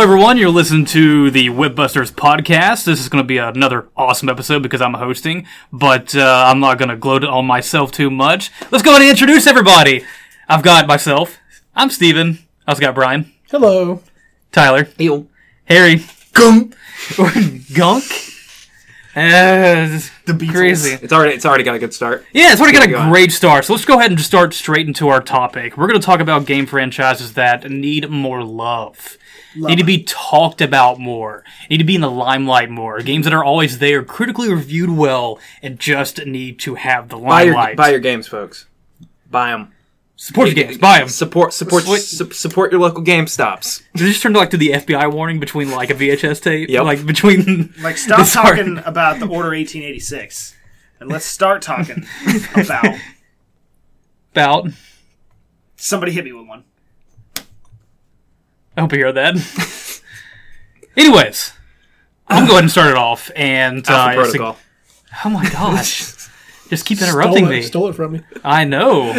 everyone. You're listening to the Whipbusters podcast. This is going to be another awesome episode because I'm hosting, but uh, I'm not going to gloat on myself too much. Let's go ahead and introduce everybody. I've got myself. I'm Steven. I also got Brian, Hello. Tyler, Ew. Harry, Gunk. Gunk. Uh, this is Beatles. crazy. It's already it's already got a good start. Yeah, it's already got go a on. great start. So let's go ahead and just start straight into our topic. We're going to talk about game franchises that need more love. Need to be talked about more. Need to be in the limelight more. Games that are always there, critically reviewed well, and just need to have the Buy your limelight. buy your games, folks. Buy them. Support your games. Buy them. Support support Sweet. su- support your local Game Stops. Did it just turn to like to the FBI warning between like a VHS tape? Yep. Like between Like, stop It's hard. talking about the Order 1886, and let's start talking about. about. Somebody hit me with one. I hope you hear that. Anyways, I'm going to go ahead and start it off. And uh, it's Alpha a- Protocol. oh my gosh. Just keep interrupting stole it, me. Stole it from me. I know.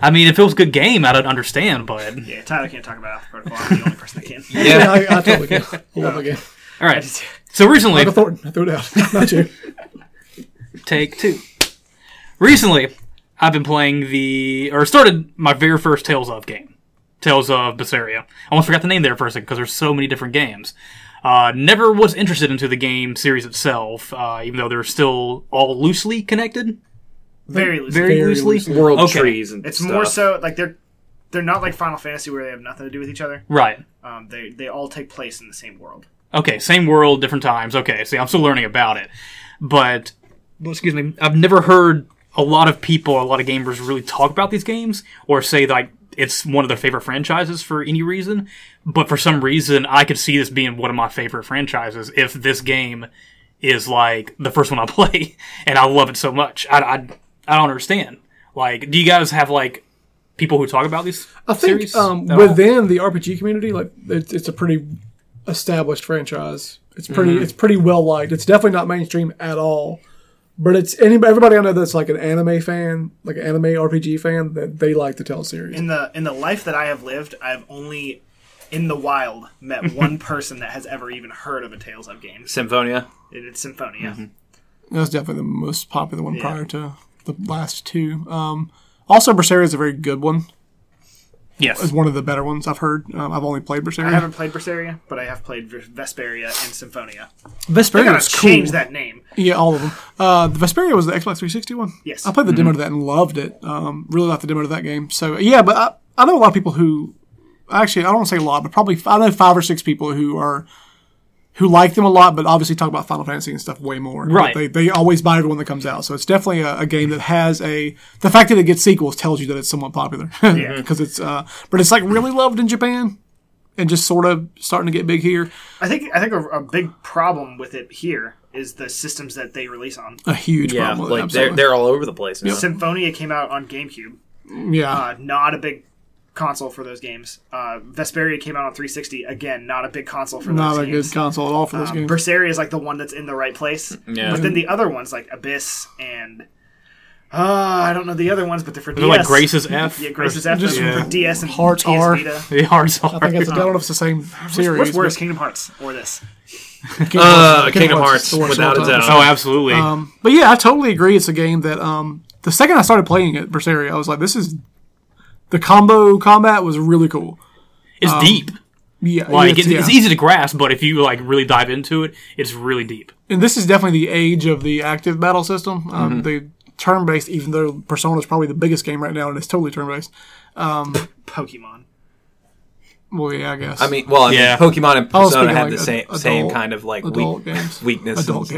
I mean, if it was a good game, I'd understand, but. Yeah, Tyler can't talk about Alpha Protocol. I'm the only person that can. Yeah, Yeah. I, I totally can. I love that game. Alright. So recently. Michael Thornton. I threw it out. Not you. Take two. Recently, I've been playing the. or started my very first Tales of game. Tales of Berseria. I almost forgot the name there for a second because there's so many different games. Uh, never was interested into the game series itself, uh, even though they're still all loosely connected. Very loose. Very, Very loosely. loosely. World Okay. trees and it's stuff. more so like they're they're not like Final Fantasy where they have nothing to do with each other. Right. Um, they they all take place in the same world. Okay, same world, different times. Okay, see, I'm still learning about it, but well, excuse me, I've never heard a lot of people, a lot of gamers, really talk about these games or say like it's one of their favorite franchises for any reason. But for some reason, I could see this being one of my favorite franchises if this game is like the first one I play, and I love it so much. I I, I don't understand. Like, do you guys have like people who talk about these? I think series? um, at all? within the RPG community, like it's, it's a pretty established franchise. It's pretty. Mm-hmm. It's pretty well liked. It's definitely not mainstream at all. But it's anybody, everybody I know that's like an anime fan, like an anime RPG fan, that they like the Tell series. In the in the life that I have lived, I have only in the wild met one person that has ever even heard of a Tales of games. Symphonia. It- It's Symphonia. That's definitely the most popular one prior to the last two. Um, also, Berseria is a very good one. yes, It's one of the better ones I've heard. Um, I've only played Berseria. I haven't played Berseria, but I have played Ves- Vesperia and Symphonia. I Vesperia gotta was cool. change that name. Yeah, all of them. Uh, the Vesperia was the Xbox 360 one. Yes. I played the demo to that and loved it. Um, really liked the demo to that game. So yeah, but I, I know a lot of people who actually I don't want to say a lot, but probably I know five or six people who are who like them a lot, but obviously talk about Final Fantasy and stuff way more. Right. They, they always buy everyone that comes out, so it's definitely a, a game that has a the fact that it gets sequels tells you that it's somewhat popular. Yeah. Because it's uh, but it's like really loved in Japan. And just sort of starting to get big here. I think I think a, a big problem with it here is the systems that they release on. A huge Yeah, problem. like they're, absolutely. they're all over the place. now. Symphonia came out on GameCube, yeah. uh, not a big console for those games. Uh, Vesperia came out on 360, again, not a big console for not those a games. good console at all for those Um, games. Berseria is like the one that's in the right place, Yeah. but then the other ones like Abyss and uh, I don't know the other ones, but they're for they're DS. like Grace's F. yeah, Grace's F Just- those were for DS and Hearts PS are- Vita. The hard's I think it's, I don't know if it's the same series. What's but worse, Kingdom Hearts or this? Kingdom Uh, Hearts- Kingdom is Hearts, the worst of without all a time. doubt. Oh, absolutely. Um, but yeah, I totally agree. It's a game that um, the second I started playing it, Berseria, I was like, this is the combo combat was really cool. it's um, deep. Yeah, Like it's, it's, it's yeah. easy to grasp, but if you like really dive into it, it's really deep. and this is definitely the age of the active battle system. Mm-hmm. Um, The turn based, even though Persona is probably the biggest game right now, and it's totally turn based. Pokemon. Well, yeah, I guess. I mean, well, I Yeah. mean, Pokemon and was Persona thinking, had like, the ad- same same adult- kind of like adult weak, uh, games. weakness. and adult stuff.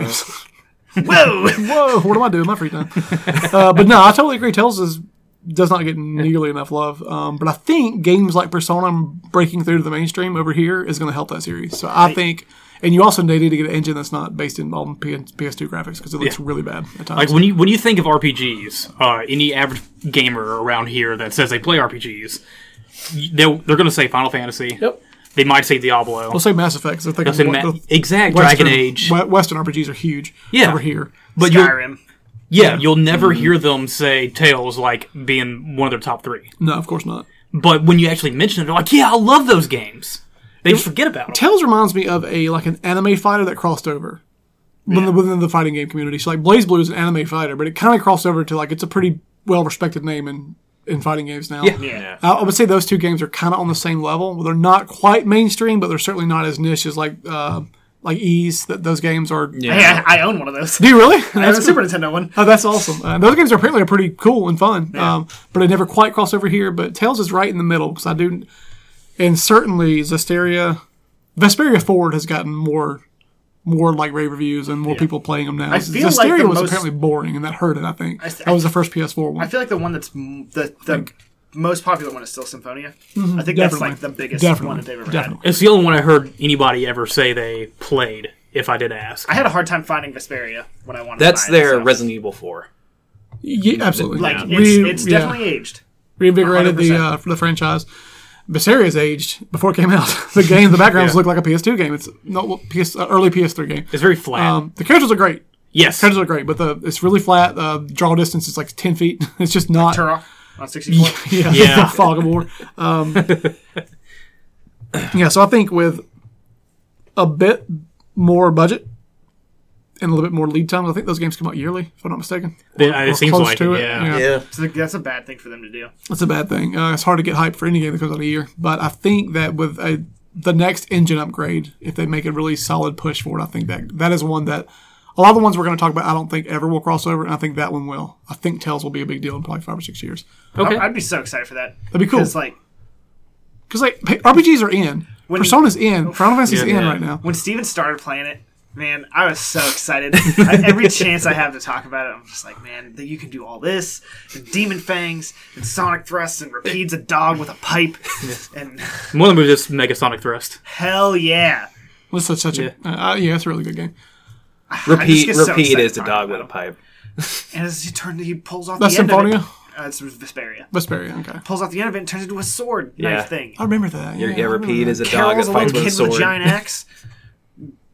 games. Whoa! Whoa, what am I doing in my free time? Uh, but no, I totally agree. Tales is, does not get nearly enough love. Um, but I think games like Persona breaking through to the mainstream over here is going to help that series. So I think, and you also need to get an engine that's not based in on P- PS2 graphics because it looks really bad at times. Like when you when you think of RPGs, uh, any average gamer around here that says they play RPGs, y- they're, they're going to say Final Fantasy. Yep. They might say Diablo. We'll say Mass Effect. 'cause I think They'll say what- Ma- the exact Western- Dragon Age. we- Western RPGs are huge Yeah. over here. But you'll, Skyrim. yeah, you'll never Mm-hmm. hear them say Tales like being one of their top three. No, of course not. But when you actually mention it, they're like, "Yeah, I love those games." They just forget about it. Tails reminds me of a like an anime fighter that crossed over within, the, within the fighting game community. So like Blaze Blue is an anime fighter, but it kind of crossed over to like it's a pretty well respected name in in fighting games now. Yeah. Yeah. Yeah. I I would say those two games are kind of on the same level. They're not quite mainstream, but they're certainly not as niche as like uh, like Ease. That those games are. Yeah. Hey, I, I own one of those. Do you really? I have a Super Nintendo one. Oh, that's awesome. Uh, those games are apparently are pretty cool and fun, um, but I never quite cross over here. But Tails is right in the middle because I do, and certainly Zesteria, Vesperia Forward has gotten more, more like rave reviews and more people playing them now. I feel like Zestiria the was most- apparently boring and that hurt it. I think th- that was the first PS4 one. I feel like the one that's m- the the most popular one is still Symphonia. I think that's Mm-hmm. definitely. like the biggest definitely, one that they've ever definitely. It's the only one I heard anybody ever say they played. If I did ask, had. I had a hard time finding Vesperia when I wanted. That's to buy it, their so. Resident Evil 4. Yeah, absolutely. Like Yeah. it's, Re- it's yeah. definitely aged. reinvigorated the 100%. uh, the franchise. Veseria's aged before it came out. the game, the backgrounds Yeah. look like a PS2 game. It's no PS uh, early PS3 game. it's very flat. Um, the characters are great. yes, Characters are great, but the it's really flat. Uh, draw distance is like ten feet. It's just not. Turok on sixty four. yeah, Yeah. fog of war. Um, yeah, so I think with a bit more budget and a little bit more lead times, I think those games come out yearly, if I'm not mistaken. They- uh, it Or seems close like to it, yeah. So that's a bad thing for them to do. That's a bad thing. Uh, it's hard to get hype for any game that comes out a year, but I think that with a, the next engine upgrade, if they make a really solid push for it, I think that that is one that a lot of the ones we're going to talk about, I don't think ever will cross over, and I think that one will. I think Tails will be a big deal in probably five or six years. okay. I'd be so excited for that. That'd be cool. Because like Because like pa- RPGs are in, When- Persona's in, Final Fantasy's Yeah. in Yeah. right now. when Steven started playing it, man, I was so excited. I, every chance I have to talk about it, I'm just like, man, that you can do all this, and demon fangs, and sonic thrusts, and rapides a dog with a pipe, and One of them was just Megasonic Thrust. hell yeah, That's such, such a uh, uh, yeah, it's a really good game. just Repeat, get so repeat excited is the talking dog about with a them. pipe. and as he turns, he pulls off That's the end Symphonia, of it. Uh, it's Vesperia. Vesperia. Okay, Pulls off the end of it and turns into a sword Yeah. knife thing. I remember that. Yeah, Yeah, I remember repeat that. is a dog Carol's that a fights with little a kid sword. with a giant axe.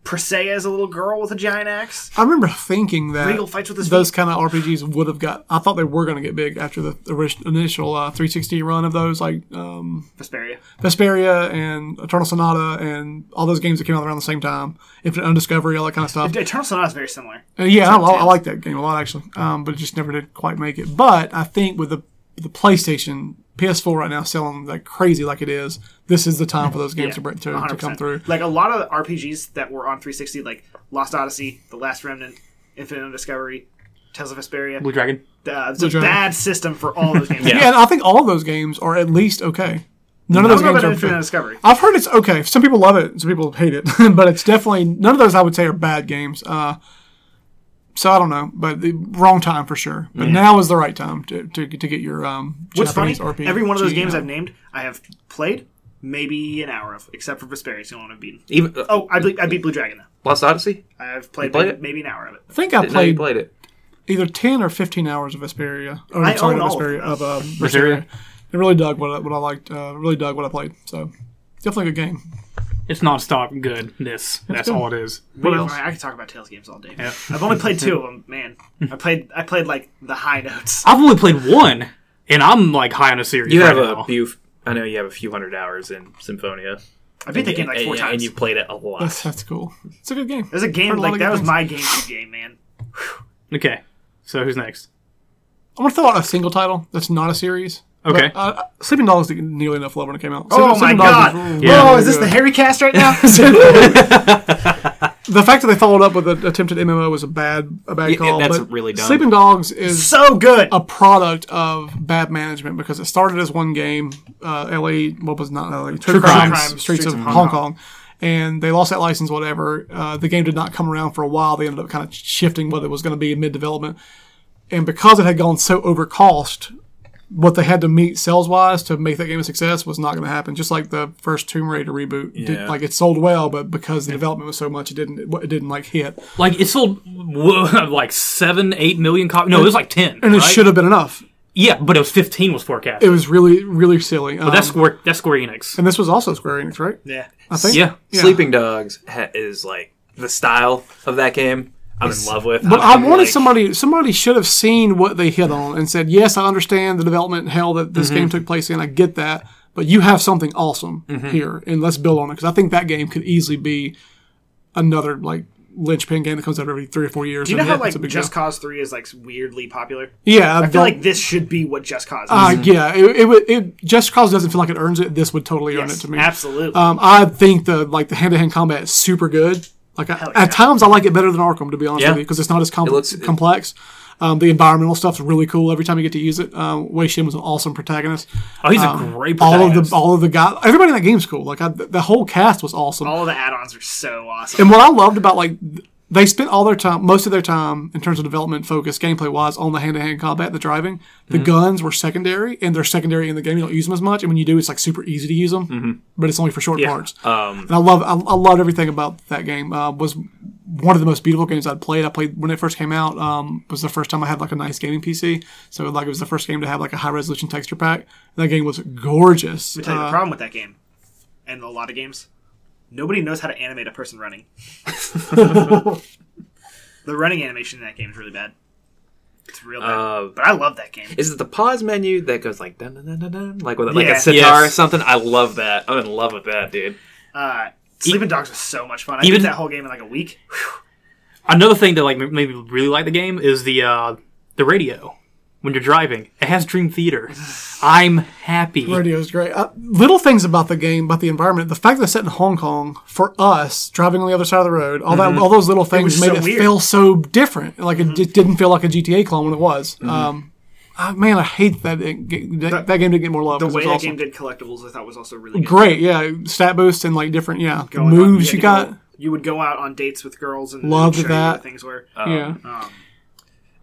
Persea is a little girl with a giant axe. I remember thinking that Regal fights with his those kind of RPGs would have got. I thought they were going to get big after the orig- initial uh, 360 run of those, like um, Vesperia. Vesperia and Eternal Sonata and all those games that came out around the same time, Infinite Undiscovery, all that kind of stuff. Eternal Sonata is very similar. Uh, yeah, I, I I like that game a lot actually, um, but it just never did quite make it. But I think with the the PlayStation, PS4 right now selling like crazy, like it is, this is the time for those games to, Yeah, br- to, to 100%. come through. Like a lot of the RPGs that were on 360, like Lost Odyssey, The Last Remnant, Infinite Undiscovery, Tales of Vesperia. Blue Dragon. Uh, it's Blue a Dragon. bad system for all those games. Yeah, and I think all those games are at least okay. None of I those don't know games about are Infinite Undiscovery. I've heard it's okay. Some people love it, some people hate it, but it's definitely none of those I would say are bad games. Uh, so I don't know, but the wrong time for sure. But now is the right time to, to, to get your um. What's funny, Japanese RPG every one of those games out. I've named, I have played maybe an hour of, except for Vesperia, it's the only one I've beaten. Even, uh, Oh, I, ble- I beat Blue Dragon, though. Lost Odyssey? I've played, played maybe, it? maybe an hour of it. I think I Didn't know you played played it. either ten or fifteen hours of Vesperia. Or, I sorry, own of all of Vesperia them. of, um, Berseria. Berseria. I really dug what I, what I liked. Uh, really dug what I played. So definitely a good game. It's non-stop goodness. That's good. all it is. What else? I could talk about Tails games all day. I've only played two of them, man. I played I played like the high notes. I've only played one, and I'm like high on a series. You right have now. a few. I know you have a few hundred hours in Symphonia. I beat the game like And- four and, And times. you played it a lot. That's that's cool. It's a good game. There's a game Heard a lot of like that good was things. my GameCube game, man. Okay, so who's next? I'm gonna throw out a single title that's not a series. Okay. But, uh, Sleeping Dogs didn't nearly enough love when it came out. Sleeping- Oh my Sleeping god! Dogs was really Oh, is this good. the Harry cast right now? the fact that they followed up with an attempted MMO was a bad a bad Yeah, call. that's but really dumb. Sleeping Dogs is so good. a product of bad management because it started as one game, uh, LA, what was not LA, True, Crime. Crime, Streets, of Hong Kong. And they lost that license, whatever. Uh, the game did not come around for a while. They ended up kind of shifting what it was going to be in mid development. And because it had gone so over cost, what they had to meet sales wise to make that game a success was not going to happen. Just like the first Tomb Raider reboot, did- Yeah. like it sold well, but because the development was so much, it didn't it didn't like hit. Like it sold whoa, like seven, eight million copies. No, it was like ten. And it right? should have been enough. Yeah, but it was fifteen was forecast. It was really really silly. Um, that's Square. That's Square Enix. and this was also Square Enix, right? yeah. I think. Yeah. Sleeping Dogs ha- is like the style of that game. I'm in love with. But I I'm wanted like- somebody. Somebody should have seen what they hit on and said, "Yes, I understand the development hell that this game took place in. I get that, but you have something awesome here, and let's build on it because I think that game could easily be another like linchpin game that comes out every three or four years. Do you know and how it's a like big Just deal. Cause Three is like weirdly popular? yeah, I feel like this should be what Just Cause is. Uh, yeah, it, it would. It, Just Cause doesn't feel like it earns it. This would totally earn Yes, it to me. Absolutely. Um, I think the like the hand to hand combat is super good. Like I, yeah. at times, I like it better than Arkham to be honest Yeah. with you because it's not as com- It looks- it- complex. Um, the environmental stuff's really cool every time you get to use it. Um, Wei Shin was an awesome protagonist. Oh, he's a Um, great all protagonist. of the all of the guys, everybody in that game's cool. Like I, the the whole cast was awesome. All of the add-ons are so awesome. And what I loved about like th- they spent all their time, most of their time in terms of development focus, gameplay wise, on the hand to hand combat, the driving. The guns were secondary, and they're secondary in the game. You don't use them as much, and when you do, it's like super easy to use them, but it's only for short parts. Um, and I love, I, I loved everything about that game. Uh, was one of the most beautiful games I'd played. I played when it first came out. Um, was the first time I had like a nice gaming PC, so like it was the first game to have like a high resolution texture pack. And that game was gorgeous. I'll tell you Uh, the problem with that game, and a lot of games, nobody knows how to animate a person running. the running animation in that game is really bad. It's real bad. Uh, but I love that game. Is it the pause menu that goes like dun dun dun dun, dun like with like Yeah. a sitar or Yes. something? I love that. I'm in love with that, dude. Uh, Sleeping Dogs was so much fun. I even- did that whole game in like a week. Another thing that like m- made me really like the game is the uh, the radio when you're driving. It has Dream Theater. I'm happy. Radio is great. Uh, little things about the game, about the environment, the fact that it's set in Hong Kong for us driving on the other side of the road, all that, all those little things Mm-hmm. was made so it weird. Mm-hmm. feel so different. Like it just didn't feel like a GTA clone when it was. Um, ah, man, I hate that it, that, that game didn't get more love. The 'cause way it that was awesome. game did collectibles, I thought was also really good. great, yeah, stat boost and like different, yeah, Going on- moves had you to go- got. You would go out on dates with girls and Loved show you that. what things were. yeah, Um, Ah.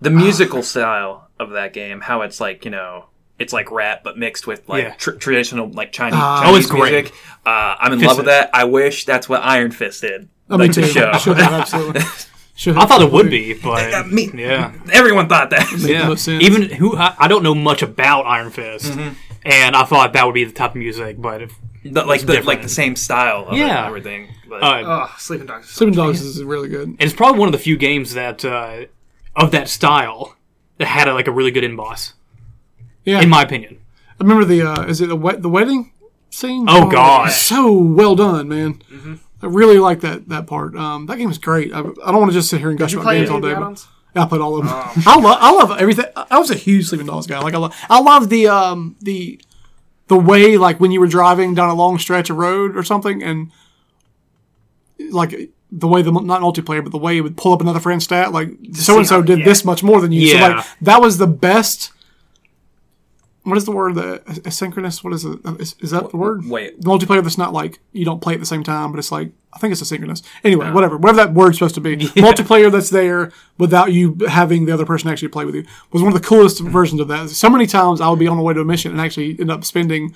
The musical style of that game, how it's like you know, it's like rap but mixed with like Yeah. tr- traditional like Chinese, Ah. Oh, Chinese it's great. music. Uh, I'm in Fist love with is. that. I wish that's what Iron Fist did. I mean, like Oh, too. the show. Should have, absolutely. Should I have, thought it would absolutely. be, but I mean, yeah, everyone thought that. yeah. most sense. Even who I, I don't know much about Iron Fist, and I thought that would be the type of music, but if, The- like the, different. like the same style of it Yeah. and everything. But, uh, oh, Sleeping Dogs. was so Sleeping Dogs is really good. it's probably one of the few games that uh, of that style that had a, like a really good in boss, Yeah, in my opinion. I remember the uh, is it the wed- the wedding scene? Oh, God. so well done, man. I really like that that part. Um, that game is great. I, I don't want to just sit here and gush you about play games any all of the day. But add-ons? I played all of them. I love I love everything. I I was a huge Sleeping Dogs guy. Like I love I love the um the the way like when you were driving down a long stretch of road or something and like the way the not multiplayer but the way it would pull up another friend's stat like so and how- so did yeah. this much more than you so Yeah. like that was the best what is the word the asynchronous what is it uh, is, is that the word wait. the multiplayer that's not like you don't play at the same time but it's like i think it's asynchronous anyway whatever whatever that word's supposed to be multiplayer that's there without you having the other person actually play with you was one of the coolest versions of that so many times i would be on my way to a mission and actually end up spending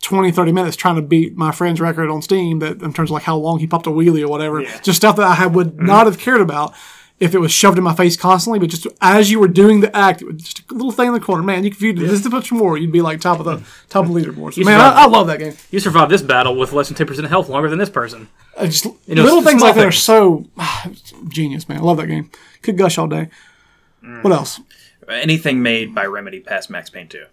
20, 30 minutes trying to beat my friend's record on Steam that in terms of like how long he popped a wheelie or whatever, just stuff that I had- would Mm-hmm. not have cared about if it was shoved in my face constantly. But just as you were doing the act, it was just a little thing in the corner, man, you could view this much more, you'd be like top of the top of the leaderboard. So, man, I, I love that game. You survived this battle with less than ten percent health longer than this person. I just know, little s- things small like that are things. so genius, man. I love that game. Could gush all day. Mm. What else? anything made by Remedy past Max Payne 2.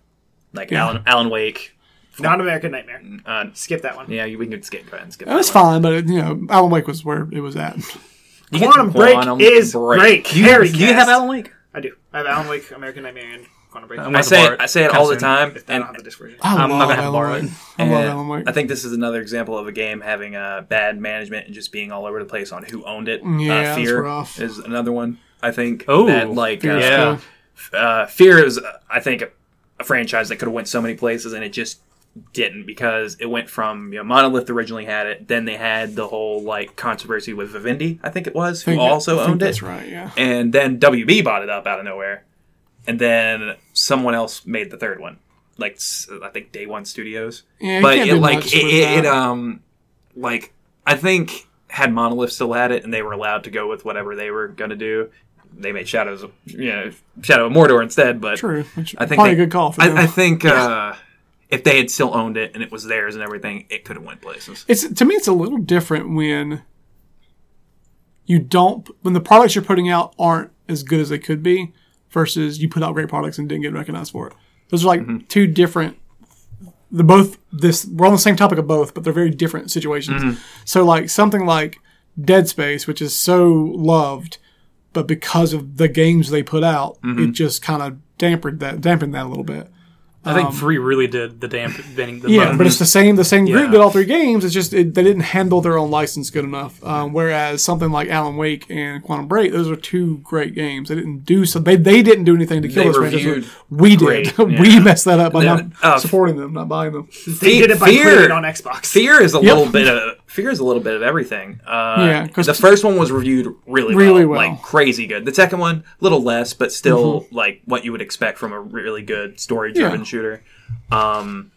Like Alan Alan Wake. Non-American Nightmare. Uh, Skip that one. yeah, you- we can skip go ahead and skip. It was that one. fine, but it, you know, Alan Wake was where it was at. You get Quantum Break Quantum is Break. great. You- Harry Do you have cast. Alan Wake? I do. I have Alan Wake, American Nightmare, and Quantum Break. I'm I gonna say borrow it, I say it kinda all the soon. time, If I and Ah, don't have the disc version. I love I'm not gonna have to Alan borrow Wake. it. I love And Alan Wake. I think this is another example of a game having uh, bad management and just being all over the place on who owned it. Yeah, uh, that's Fear rough. is another one. I think. Oh, that, like Fear uh, is yeah, cool. uh, Fear is uh, I think a, a franchise that could have went so many places and it just didn't because it went from you know Monolith originally had it, then they had the whole like controversy with Vivendi, I think it was, who Think- I also think owned it That's right. Yeah. and then WB bought it up out of nowhere, and then someone else made the third one, like s- I think Day One Studios. Yeah, you but can't it do like much it, with it, that. it, um like I think had Monolith still had it, and they were allowed to go with whatever they were gonna do. They made Shadows, of- you know, Shadow of Mordor instead. But True. Which I think probably they- a good call for them. I, I think uh, if they had still owned it and it was theirs and everything, it could have went places. it's to me, it's a little different when you don't when the products you're putting out aren't as good as they could be, Mm-hmm. versus you put out great products and didn't get recognized for it. Those are like two different the both this we're on the same topic of both, but they're very different situations. Mm-hmm. So like something like Dead Space, which is so loved, but because of the games they put out, Mm-hmm. it just kind of dampened that dampened that a little bit. I think three really did the damn thing. The Yeah, most. but it's the same the same Yeah. group did all three games. It's just it, they didn't handle their own license good enough. Um, whereas something like Alan Wake and Quantum Break, those are two great games. They didn't do so. They, they didn't do anything to kill They us. man. That's what reviewed We great, did. we messed that up by Yeah, not uh, supporting them, not buying them. They did it by Fear- putting it on Xbox. Fear is a little bit of fear is a little bit of everything. Uh, Yeah, 'cause- the first one was reviewed really, Really well, well. Mm-hmm. like crazy good. The second one, a little less, but still like what you would expect from a really good story-driven Yeah. shooter. Um,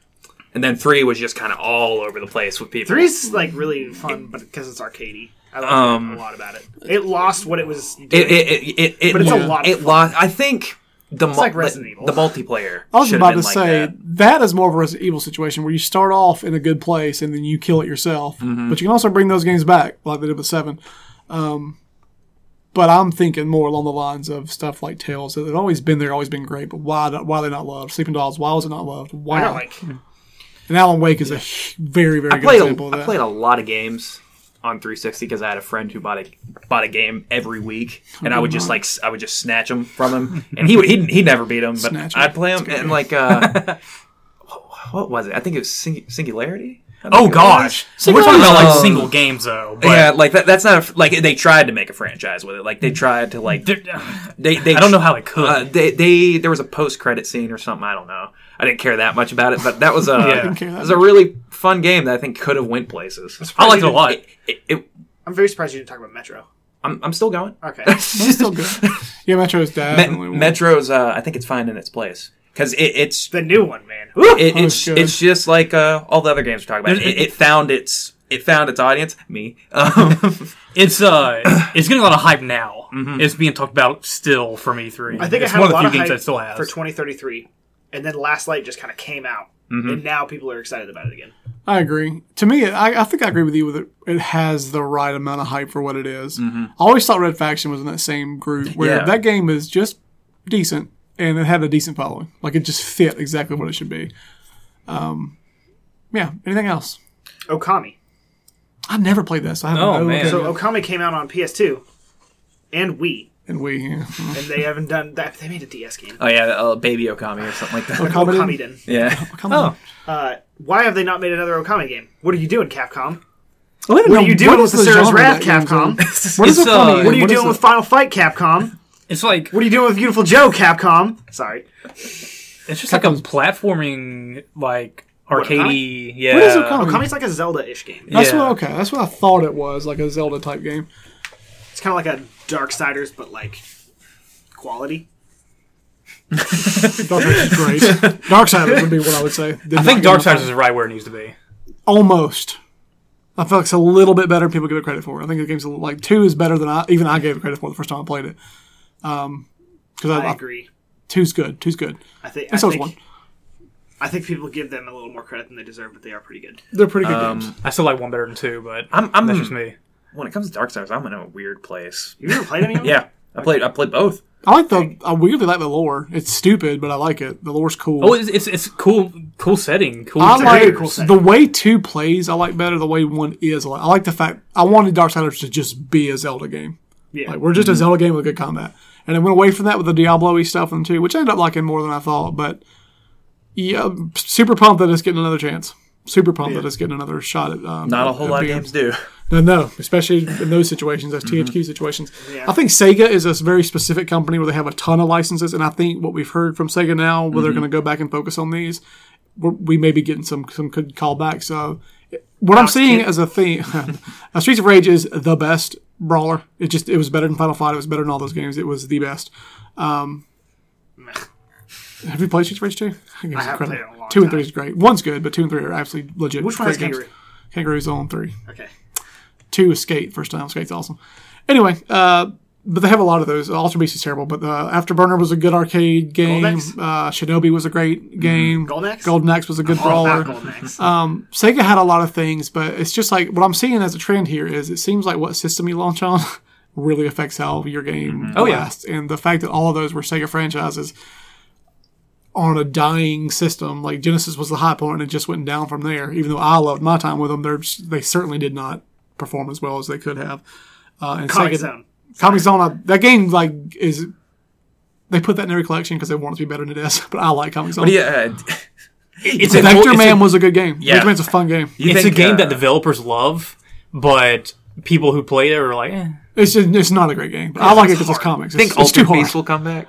and then three was just kind of all over the place with people. Three's like really fun, but because it's arcadey, I like Um, a lot about it. It lost what it was. Doing. It, it, it, it, it, But it's a lot of It fun. lost. I think the mul- like Resident Evil. the multiplayer. I was should've about been to like say that. that is more of a Resident Evil situation where you start off in a good place and then you kill it yourself. Mm-hmm. But you can also bring those games back like they did with Seven. Um, but I'm thinking more along the lines of stuff like Tales that have always been there, always been great. But why? Why are they not loved? Sleeping Dogs. Why was it not loved? Why? I don't like. Mm. and Alan Wake is a h- very very I good played example a, of I that. played a lot of games on 360 because I had a friend who bought a bought a game every week, and I would just like s- I would just snatch them from him, and he would he he never beat him, but Snatch 'em. I'd play him and like uh, wh- what was it? I think it was Sing- Singularity. I Oh think it was. gosh, so we're talking about like Um, single games though. But Yeah, like that. That's not a, fr- like they tried to make a franchise with it. Like they tried to like they're- they. they I don't know how they could. Uh, they they there was a post credit scene or something. I don't know. I didn't care that much about it, but that was a didn't care that it was a really fun game that I think could have went places. I liked it a lot. It, it, it- I'm very surprised you didn't talk about Metro. I'm, I'm still going. Okay, It's still good. Yeah, Metro's Me- definitely one. Metro's uh, I think it's fine in its place because it, it's the new one, man. Woo! it, Oh, it's good. it's just like uh, all the other games we're talking about. There's- It, it found its it found its audience. Me. Um, it's uh, it's getting a lot of hype now. It's being talked about still from E E3. I Mm-hmm. it's think it had one a of lot the of few games hype that still has. for 2033, and then Last Light just kind of came out, Mm-hmm. and now people are excited about it again. I agree. To me, I, I think I agree with you. With it, it has the right amount of hype for what it is. Mm-hmm. I always thought Red Faction was in that same group where Yeah. that game is just decent and it had a decent following. Like it just fit exactly what it should be. Um, yeah. Anything else? Okami. I never played this. I have Oh, no man. idea. So- So Okami came out on PS2 and Wii, and we yeah. and they haven't done that. They made a DS game. oh yeah, uh, Baby Okami or something like that. Okami. Okami didn't. Yeah. Come on. Uh, why have they not made another Okami game? What are you doing, Capcom? Oh, What are you doing with the Sarah's Wrath, Capcom? What It's, is uh, what Okami? What are you What is doing it? with Final Fight, Capcom? It's like What are you doing with Beautiful Joe, Capcom? Sorry. it's just like a platforming like arcadey. Yeah, What is Okami? Okami's like a Zelda ish game. That's Yeah. what okay. That's what I thought it was, like a Zelda type game. It's kind of like a Darksiders, but like quality. Dark Side is great. Dark Side would be what I would say. Did I not think get enough Darksiders is right where it needs to be. almost. I feel like it's a little bit better. than People give it credit for. I think the game's a little, like two is better than I even I gave it credit for the first time I played it. Because I, I I agree. two's good. Two's good. I think. I Uh, And so is think, one. I think people give them a little more credit than they deserve, but they are pretty good. They're pretty good games. I still like one better than two, but I'm- I'm- that's just me. When it comes to Dark Souls, I'm in a weird place. You ever played any of them? Yeah, I played I played both. I like the. I weirdly like the lore. It's stupid, but I like it. The lore's cool. Oh, it's it's, it's cool, cool setting, cool. I like characters. cool setting. the way two plays. I like better the way one is. I like, I like the fact I wanted Darksiders to just be a Zelda game. Yeah. Like we're just a Zelda game with good combat, and it went away from that with the Diablo-y stuff and two, which I ended up liking more than I thought. But yeah, I'm super pumped that it's getting another chance. Super pumped that it's getting another shot at. Um, Not a at- whole at lot of being- games do. No, no, especially in those situations, those THQ situations. Mm-hmm. Yeah. I think Sega is a very specific company where they have a ton of licenses, and I think what we've heard from Sega now, where Mm-hmm. they're going to go back and focus on these, we're, we may be getting some some good callbacks. So, what I'm seeing as a theme, uh, Streets of Rage is the best brawler. It just it was better than Final Fight. It was better than all those games. It was the best. Um, have you played Streets of Rage two? That game's I incredible. haven't played it in a long Two and three time. is great. One's good, but two and three are absolutely legit. Which one is great games. Kangaroo? Kangaroo's on three Okay. two is skate first time skate's awesome anyway uh but they have a lot of those. Ultra Beast is terrible, but uh, Afterburner was a good arcade game. Goldex? Uh, Shinobi was a great game. Mm-hmm. Golden Axe? Oh, Golden Axe was a good All brawler. Uh, about Golden Axe. Sega had a lot of things, but it's just like what I'm seeing as a trend here is it seems like what system you launch on really affects how your game Oh, yeah. lasts. And the fact that all of those were Sega franchises, on a dying system. Like Genesis was the high point, and it just went down from there. Even though I loved my time with them, they're just- they certainly did not perform as well as they could have. Uh, and Comic Sega- Zone. Comic Zone, I- that game like is they put that in every collection because they want it to be better than it is. But I like Comic Zone. Yeah, uh, It's Vector it's Man was a good game. Yeah. Vector Man's a fun game. you it's a think, game uh, that developers love, but people who play it are like, eh. It's just, it's not a great game. But I like it because it's comics. I think It's, it's too Ultimate hard. Beast will come back.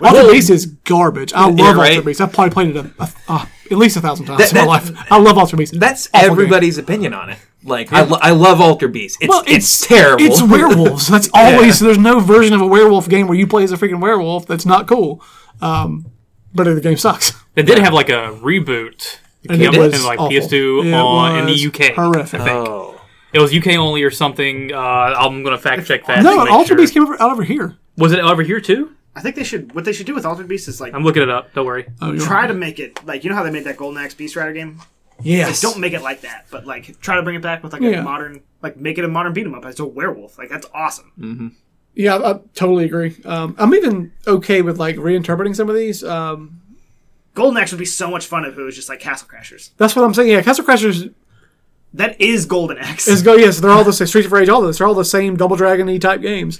Altered Beast is garbage. I love Altered right? Beast. I've probably played it a, a, a- at least a thousand times That- in my that- life. I love Altered Beast. That's Awful game. everybody's opinion on it. Like I, lo- I love Alter Beast. It's, Well, it's, terrible. It's werewolves. That's always there's no version of a werewolf game where you play as a freaking werewolf that's not cool. Um, but the game sucks. They did have like a reboot. And Yeah, it was like awful. PS2 It on, in was the Uh, UK. horrific. I think. oh, It was UK only or something. Uh, I'm gonna fact check that. to No, make Altered sure. Beast came over, out over here. was it over here too? I think they should. What they should do with Altered Beast is like I'm looking it up. Don't worry. Oh, you're try right. to make it like you know how they made that Golden Axe Beast Rider game. yes. Don't make it like that, but like try to bring it back with like Yeah. a modern, like make it a modern beat 'em up. It's a werewolf. Like that's awesome. Yeah, I, I totally agree. Um, I'm even okay with like reinterpreting some of these. Um, Golden Axe would be so much fun if it was just like Castle Crashers. that's what I'm saying. Yeah, Castle Crashers That is Golden Axe. is go. Yes, they're all the same. Streets of Rage, all those. They're all the same Double Dragon y type games.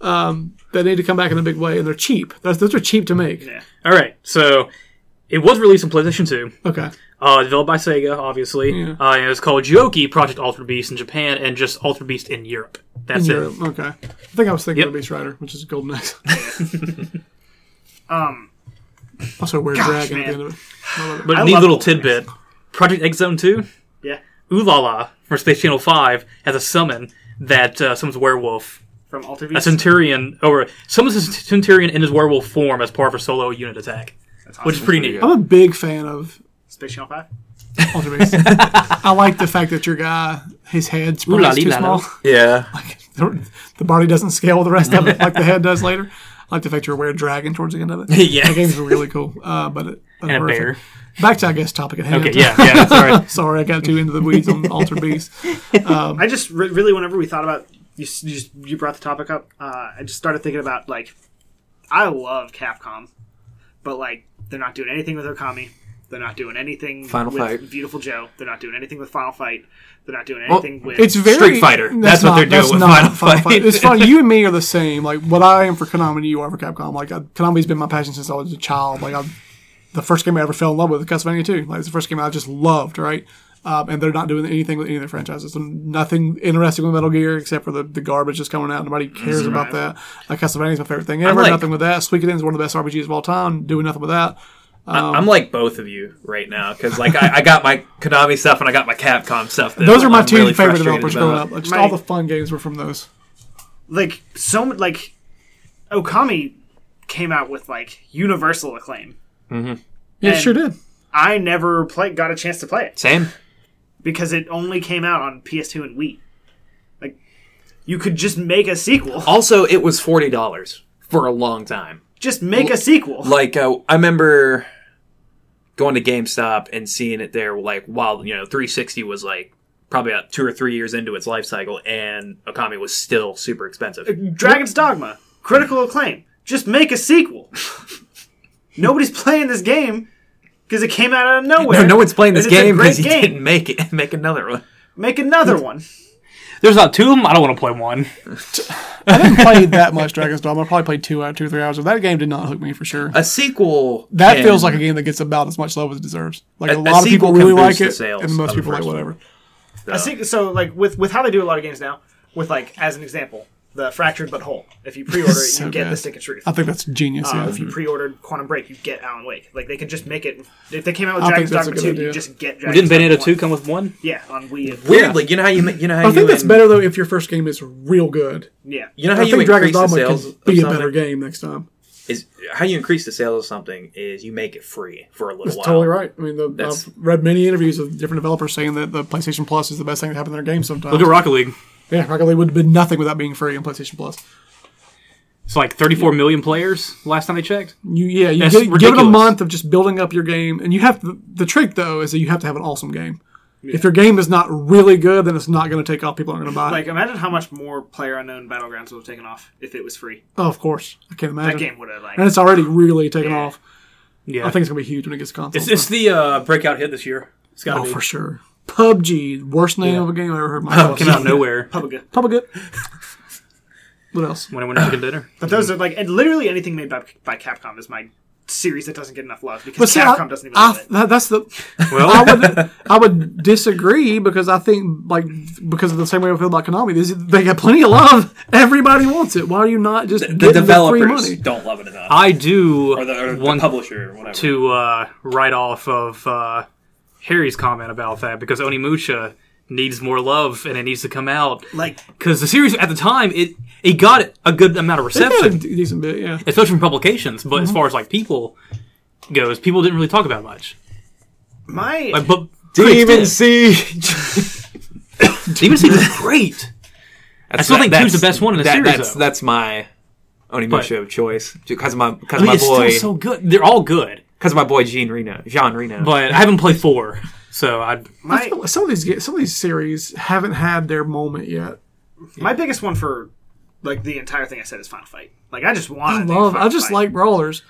Um, that need to come back in a big way, and they're cheap. Those, those are cheap to make. Yeah. All right. So it was released on PlayStation 2. Okay. Uh, developed by Sega, obviously. Yeah. Uh, and it was called Joki Project Altered Beast in Japan and just Altered Beast in Europe. That's it. Europe. Okay. I think I was thinking Yep. of Beast Rider, which is Golden Axe. Um. Also, Weird Gosh, Dragon at the man. end of it. But I neat love little Golden tidbit. Project X Zone 2, Yeah. Ooh La La from Space Channel 5 has a summon that uh, summons werewolf. From Altered A Beast. centurion, or summons a centurion in his werewolf form as part of a solo unit attack, That's awesome. which is pretty neat. I'm a big fan of Space Channel Five. Ultra Beast. I like the fact that your guy, his head's probably la too la la. small. Yeah. The, the body doesn't scale with the rest of it like the head does later. I like the fact you're a weird dragon towards the end of it. Yeah. That game's really cool. Uh, but it, but And a horrific. bear. Back to, I guess, topic at hand. Okay, yeah, yeah, sorry. Sorry, I got too into the weeds on Altered Beast. I just re- really, whenever we thought about you, s- you, s- you brought the topic up. Uh, I just started thinking about like, I love Capcom, but like they're not doing anything with Okami. They're not doing anything Final with Fight. Beautiful Joe. They're not doing anything with Final Fight. They're not doing Well, anything with. It's very Street Fighter. That's what they're doing with Final Fight. It's funny. You and me are the same. Like what I am for Konami, you are for Capcom. Like I, Konami's been my passion since I was a child. Like I, the first game I ever fell in love with was Castlevania Two. Like it's the first game I just loved. Right. Um, and they're not doing anything with any of their franchises. And nothing interesting with Metal Gear except for the, the garbage that's coming out. Nobody cares about that. Like Castlevania's my favorite thing ever. like- nothing with that. Suikoden is one of the best RPGs of all time. Doing nothing with that. um, I, am like both of you right now because like I, I got my Konami stuff and I got my Capcom stuff. that Those are my I'm two really favorite frustrated developers about. growing up. Like, just My- all the fun games were from those. like so mu- like Okami came out with like universal acclaim. Yeah, it And- sure did. I never play, got a chance to play it Same. because it only came out on PS2 and Wii. Like you could just make a sequel. Also, it was forty dollars for a long time. Just make a sequel. Like uh, I remember going to GameStop and seeing it there. Like while you know, 360 was like probably about two or three years into its life cycle, and Okami was still super expensive. Dragon's Dogma, critical acclaim. Just make a sequel. Nobody's playing this game because it came out out of nowhere. No, no one's playing this And it's a game great because he game. didn't make it. Make another one. Make another one. There's not two of them. I don't want to play one. I didn't play that much Dragon's Dogma. I probably played two out two or three hours. But that game did not hook me for sure. A sequel That can- feels like a game that gets about as much love as it deserves. Like a, A- a lot of people sequel can really like boost the it, sales and most of the people like first one. whatever. A Yeah. se- so, like with with how they do a lot of games now, with like as an example, the Fractured But Whole. If you pre-order it, So you get good. Mm-hmm. the Stick of Truth. I think that's genius. Uh, Um, yeah. If you pre-ordered Quantum Break, you get Alan Wake. Like they could just make it. If they came out with I think Dragon's that's a Dogma good two, idea. you just get Dragon's Didn't Dogma Bayonetta 1. 2 come with one? Yeah, on Wii. Weirdly, you know how you ma- you know how I you think that's and- better though if your first game is real good. Yeah, You know how I you think Dragon's increase the Dogma sales can of be a something? better game next time. is how you increase the sales of something is you make it free for a little That's while. totally right. I mean, the, That's- I've read many interviews with different developers saying that the PlayStation Plus is the best thing that happened to their game. Sometimes, Look at Rocket League. yeah, Rocket League would have been nothing without being free on PlayStation Plus. It's like 34 million players last time I checked. You yeah, you That's gi- give it a ridiculous. month of just building up your game, and you have to, the trick though is that you have to have an awesome game. If your game is not really good, then it's not going to take off. People aren't going to buy. it. like imagine how much more player unknown battlegrounds would have taken off if it was free. oh, of course, I can't imagine. That game would have like and it's already really taken Yeah. off. Yeah, I think it's gonna be huge when it gets to console. it's, it's the uh, breakout hit this year. It's got to oh, be. for sure. PUBG, worst name of a game I ever heard. in My life. Came out of nowhere Publica. PUBG. What else? when I went out to dinner. But those are like, and literally anything made by, by Capcom is my series that doesn't get enough love because But see, Capcom I, doesn't even I- love it. that- that's the. Well, I would, I would disagree because I think like because of the same way I feel about Konami, these- they got plenty of love. Everybody wants it. Why are you not just The getting the free developers money? don't love it enough, I do or the, or the want publisher, or whatever. to uh, write off of uh, Harry's comment about that because Onimusha needs more love and it needs to come out Like, because the series at the time it it got a good amount of They got a reception, d- decent bit, yeah. especially from publications. But as Mm-hmm. far as like people goes, people didn't really talk about it much. my. Like, but Demon Siege. Demon Seed was great. I still think two's the best one in the that- series, That's though. that's my Onimusha But- of choice because of my because I mean, my it's boy still so good. They're all good, because of my boy Gene Reno, Jean Reno. but I haven't played four, so I my, Some of these ga- some of these series haven't had their moment yet. My biggest one for like the entire thing I said is Final Fight. Like I just want. I a new love. Final I just Fight. like brawlers,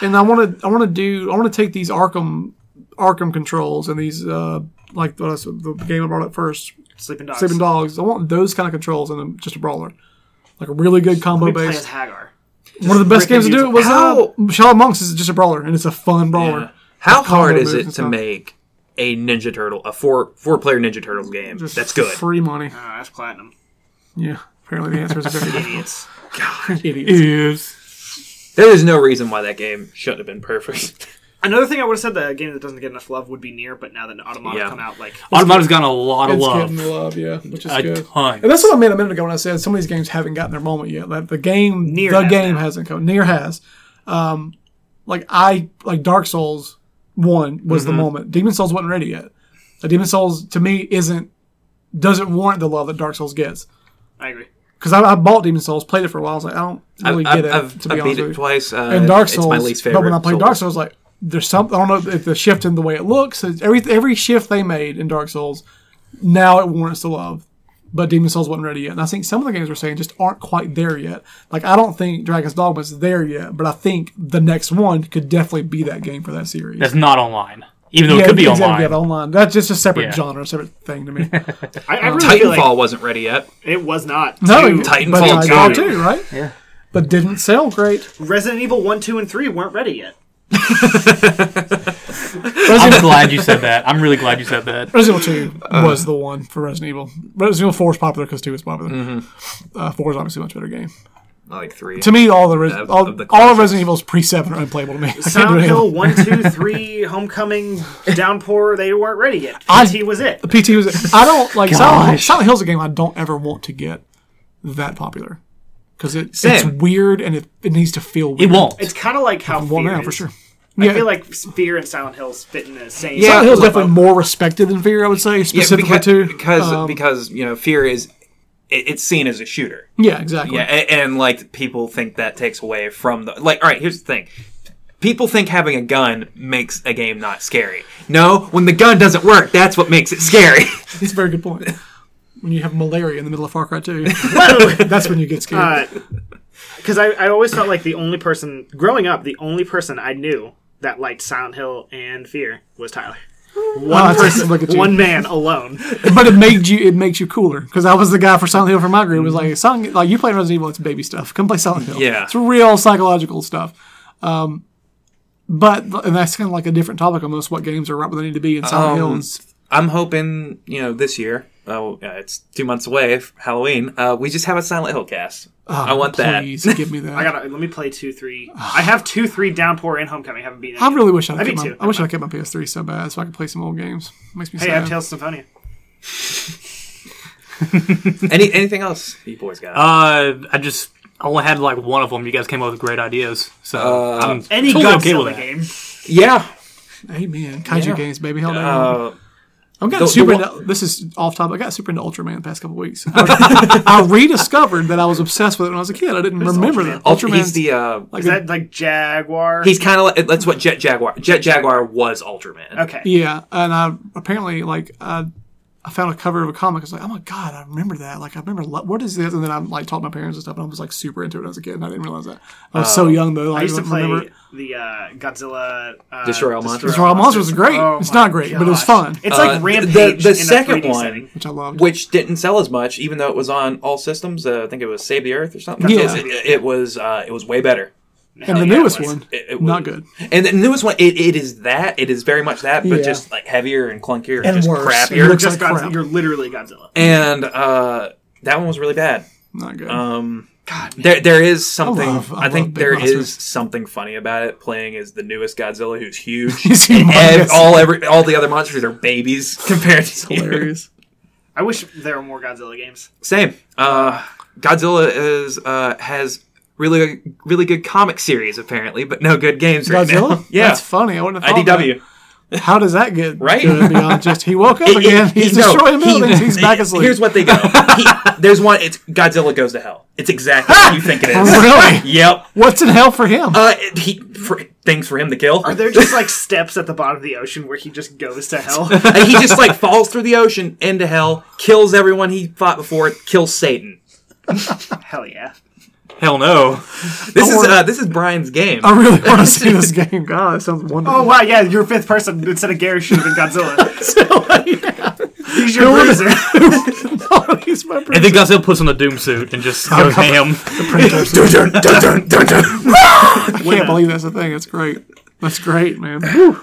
and I want to. I want to do. I want to take these Arkham, Arkham controls and these uh like the, the game I brought up first, Sleeping Dogs. Sleeping Dogs. I want those kind of controls in a, just a brawler, like a really good combo We play as base. Hagar. One of the best games to do it was uh, How- Shadow Monks is just a brawler and it's a fun brawler. How hard combo moves is it and to stuff. make a Ninja Turtle a four four player Ninja Turtles game Just that's good? Free money. Oh, that's platinum. Yeah. Apparently the answer is very Idiots. idiots. There is no reason why that game shouldn't have been perfect. Another thing I would have said the game that doesn't get enough love would be near, but now that Automata Yeah. come out, like Automata's gotten a lot of It's love, getting love, yeah, which is a good. ton. And that's what I meant a minute ago when I said some of these games haven't gotten their moment yet. Like the game, Nier the has game now. hasn't come. Near has. Um, like I like Dark Souls one was the moment. Demon Souls wasn't ready yet. Like, Demon Souls to me isn't doesn't warrant the love that Dark Souls gets. I agree. Because I, I bought Demon Souls, played it for a while. I was like, I don't really I've, get it. I've- to be I've honest beat with it you. twice. Uh, and Dark Souls. it's my least favorite. But when I played Souls. Dark Souls, like there's something I don't know if the shift in the way it looks. it's Every every shift they made in Dark Souls, now it warrants the love. But Demon Souls wasn't ready yet, and I think some of the games we're saying just aren't quite there yet. Like I don't think Dragon's Dogma is there yet, but I think the next one could definitely be that game for that series. That's not online, even though yeah, it could be exactly, online. Yeah, the online. That's just a separate Yeah. genre, separate thing to me. I, I really feel Titanfall like wasn't ready yet. it was not. no, Two- Titanfall but Titanfall two. two, right? Yeah. but didn't sell great. Resident Evil one, two, and three weren't ready yet. I'm glad you said that. I'm really glad you said that. Resident Evil 2 Uh. was the one for Resident Evil. Resident Evil 4 is popular because 2 is popular. Mm-hmm. Uh, 4 is obviously a much better game. I like three. To me, all the, Res- Of- all, of the all of classics. Resident Evil's pre 7 are unplayable to me. I can't do Silent any of Hill them. one, two, three, Homecoming, Downpour. They weren't ready yet. PT I- was it. PT was. I don't like Silent, Silent Hill's a game I don't ever want to get that popular because it, it's Same. weird and it, it needs to feel weird. It won't. It's kind of like how Well, Fear now is. for sure. I Yeah, feel like Fear and Silent Hills fit in the same. Yeah. Silent Hill's look, definitely more respected than Fear, I would say, Yeah, specifically because, too. because Um, because you know fear is it, it's seen as a shooter. yeah, exactly. Yeah, and, and like people think that takes away from the like. All right, here's the thing: people think having a gun makes a game not scary. No, when the gun doesn't work, that's what makes it scary. It's a very good point. When you have malaria in the middle of Far Cry 2, Whoa! that's when you get scared. because Uh, I, I always felt like the only person growing up, the only person I knew that liked Silent Hill and Fear was Tyler. One Oh, that's person, awesome. Look at you. one man alone. but it made you it makes you cooler because I was the guy for Silent Hill for my group. It was like Silent, like you play Resident Evil, it's baby stuff. Come play Silent Hill. Mm-hmm. Yeah. it's real psychological stuff. Um, but and that's kind of like a different topic almost. What games are right where they need to be in Silent Um, Hill? And, I'm hoping you know this year. Oh, uh, it's two months away. f- Halloween. Uh, we just have a Silent Hill cast. I want please that. give me that. I I, gotta let me play two, three. I have two, three, Downpour and Homecoming. haven't beaten. any. really wish I I kept beat my, two. I wish I kept my PS3 so bad so I could play some old games. Makes me Hey, I have sad. Tales of Symphonia. Any anything else you boys got? Uh, I just I only had like one of them. You guys came up with great ideas, so I'm Any totally okay Godzilla with that. game. yeah. hey man, kaiju Yeah. games, baby, hell no. Uh, I'm getting the super. one- into, this is off topic. I got super into Ultraman the past couple weeks. I, I rediscovered that I was obsessed with it when I was a kid. I didn't remember that. Ultra, Ultraman's he's the uh, Is that like Jaguar? he's kind of like that's what Jet Jaguar. Jet Jaguar was Ultraman. okay. Yeah, and I apparently uh, like I I found a cover of a comic. I was like, oh my god, I remember that. Like, I remember lo- what is this? And then I like talked to my parents and stuff, and I was like super into it as a kid. And I didn't realize that. I was Um, so young though. Like, I used to don't play remember- the uh, Godzilla. Uh, Destroy All Monsters. Destroy All Monsters is great. Oh It's my not great, but it was gosh. fun. It's Uh, like the- Rampage. the in a second 3D one- setting. which I loved. which didn't sell as much, even though it was on all systems. Uh, I think it was Save the Earth or something. Yeah. It, it- it was. Uh, it was way better. and the Oh, yeah, it newest was. one, It, it was, not good. And the newest one, it, it is that. It is very much that, but Yeah. just like heavier and clunkier and, And just worse. crappier. It looks Just like Godzilla. crap. You're literally Godzilla. and uh, that one was really bad. Not good. Um, there there is something. I, love- I love think big there is monsters. something funny about it. Playing as the newest Godzilla, who's huge. He's and humongous. all every all the other monsters are babies compared to you. Hilarious. I wish there were more Godzilla games. Same. Uh, Godzilla is uh, has really really good comic series apparently, but no good games right Godzilla? now. Yeah, That's funny. I wouldn't have thought IDW. that. How does that get Right? good beyond just he woke up It- it- again, he's he- no, destroying he- buildings, he's back asleep. Here's what they go. He- there's one. It's Godzilla goes to hell. It's exactly what you think it is. really? yep. What's in hell for him? Uh, it- he for, things for him to kill. Are there just like steps at the bottom of the ocean where he just goes to hell? And Uh, he just like falls through the ocean into hell, kills everyone he fought before, kills Satan. hell yeah. Hell no. This is uh, this is Brian's game. I really want to see this game. God, it sounds wonderful. Oh wow, yeah, you're fifth person instead of Gary should have been Godzilla. He's your bruiser. Oh, he's my And then Godzilla puts on the Doom suit and just goes ham. Dun, dun, dun, dun, dun, dun. I can't believe that's a thing. That's great. That's great, man. Whew,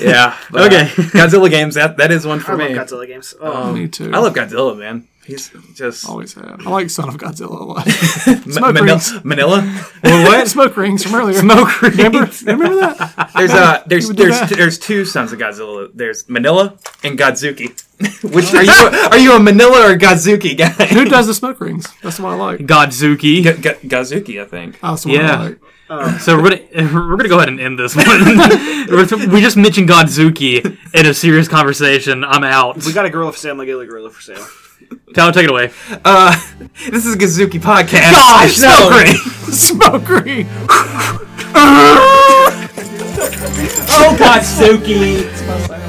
yeah. but, uh, Godzilla games. That that is one for I me. Um, love Godzilla games. Oh, me too. I love Godzilla, man. He's just always have. I like Son of Godzilla a lot. Ma- Oh, Smoke Manila. rings. Manila. what? Smoke rings from earlier. Smoke rings. Remember, remember that? There's uh, there's would do there's that. there's two sons of Godzilla. There's Manila and Godzuki. Which are you? Are you a Manila or Godzuki guy? Who does the smoke rings? That's the one I like. Godzuki. G- G- Godzuki, I think. That's the one Yeah. I like. So we're gonna we're gonna go ahead and end this one. We're- we just mentioned Godzuki in a serious conversation. I'm out. we got a gorilla for sale, Magilla gorilla for sale. Tyler, take it away. Uh, this is a Godzuki podcast. Gosh, no. Smoke ring. Oh, Godzuki. That's my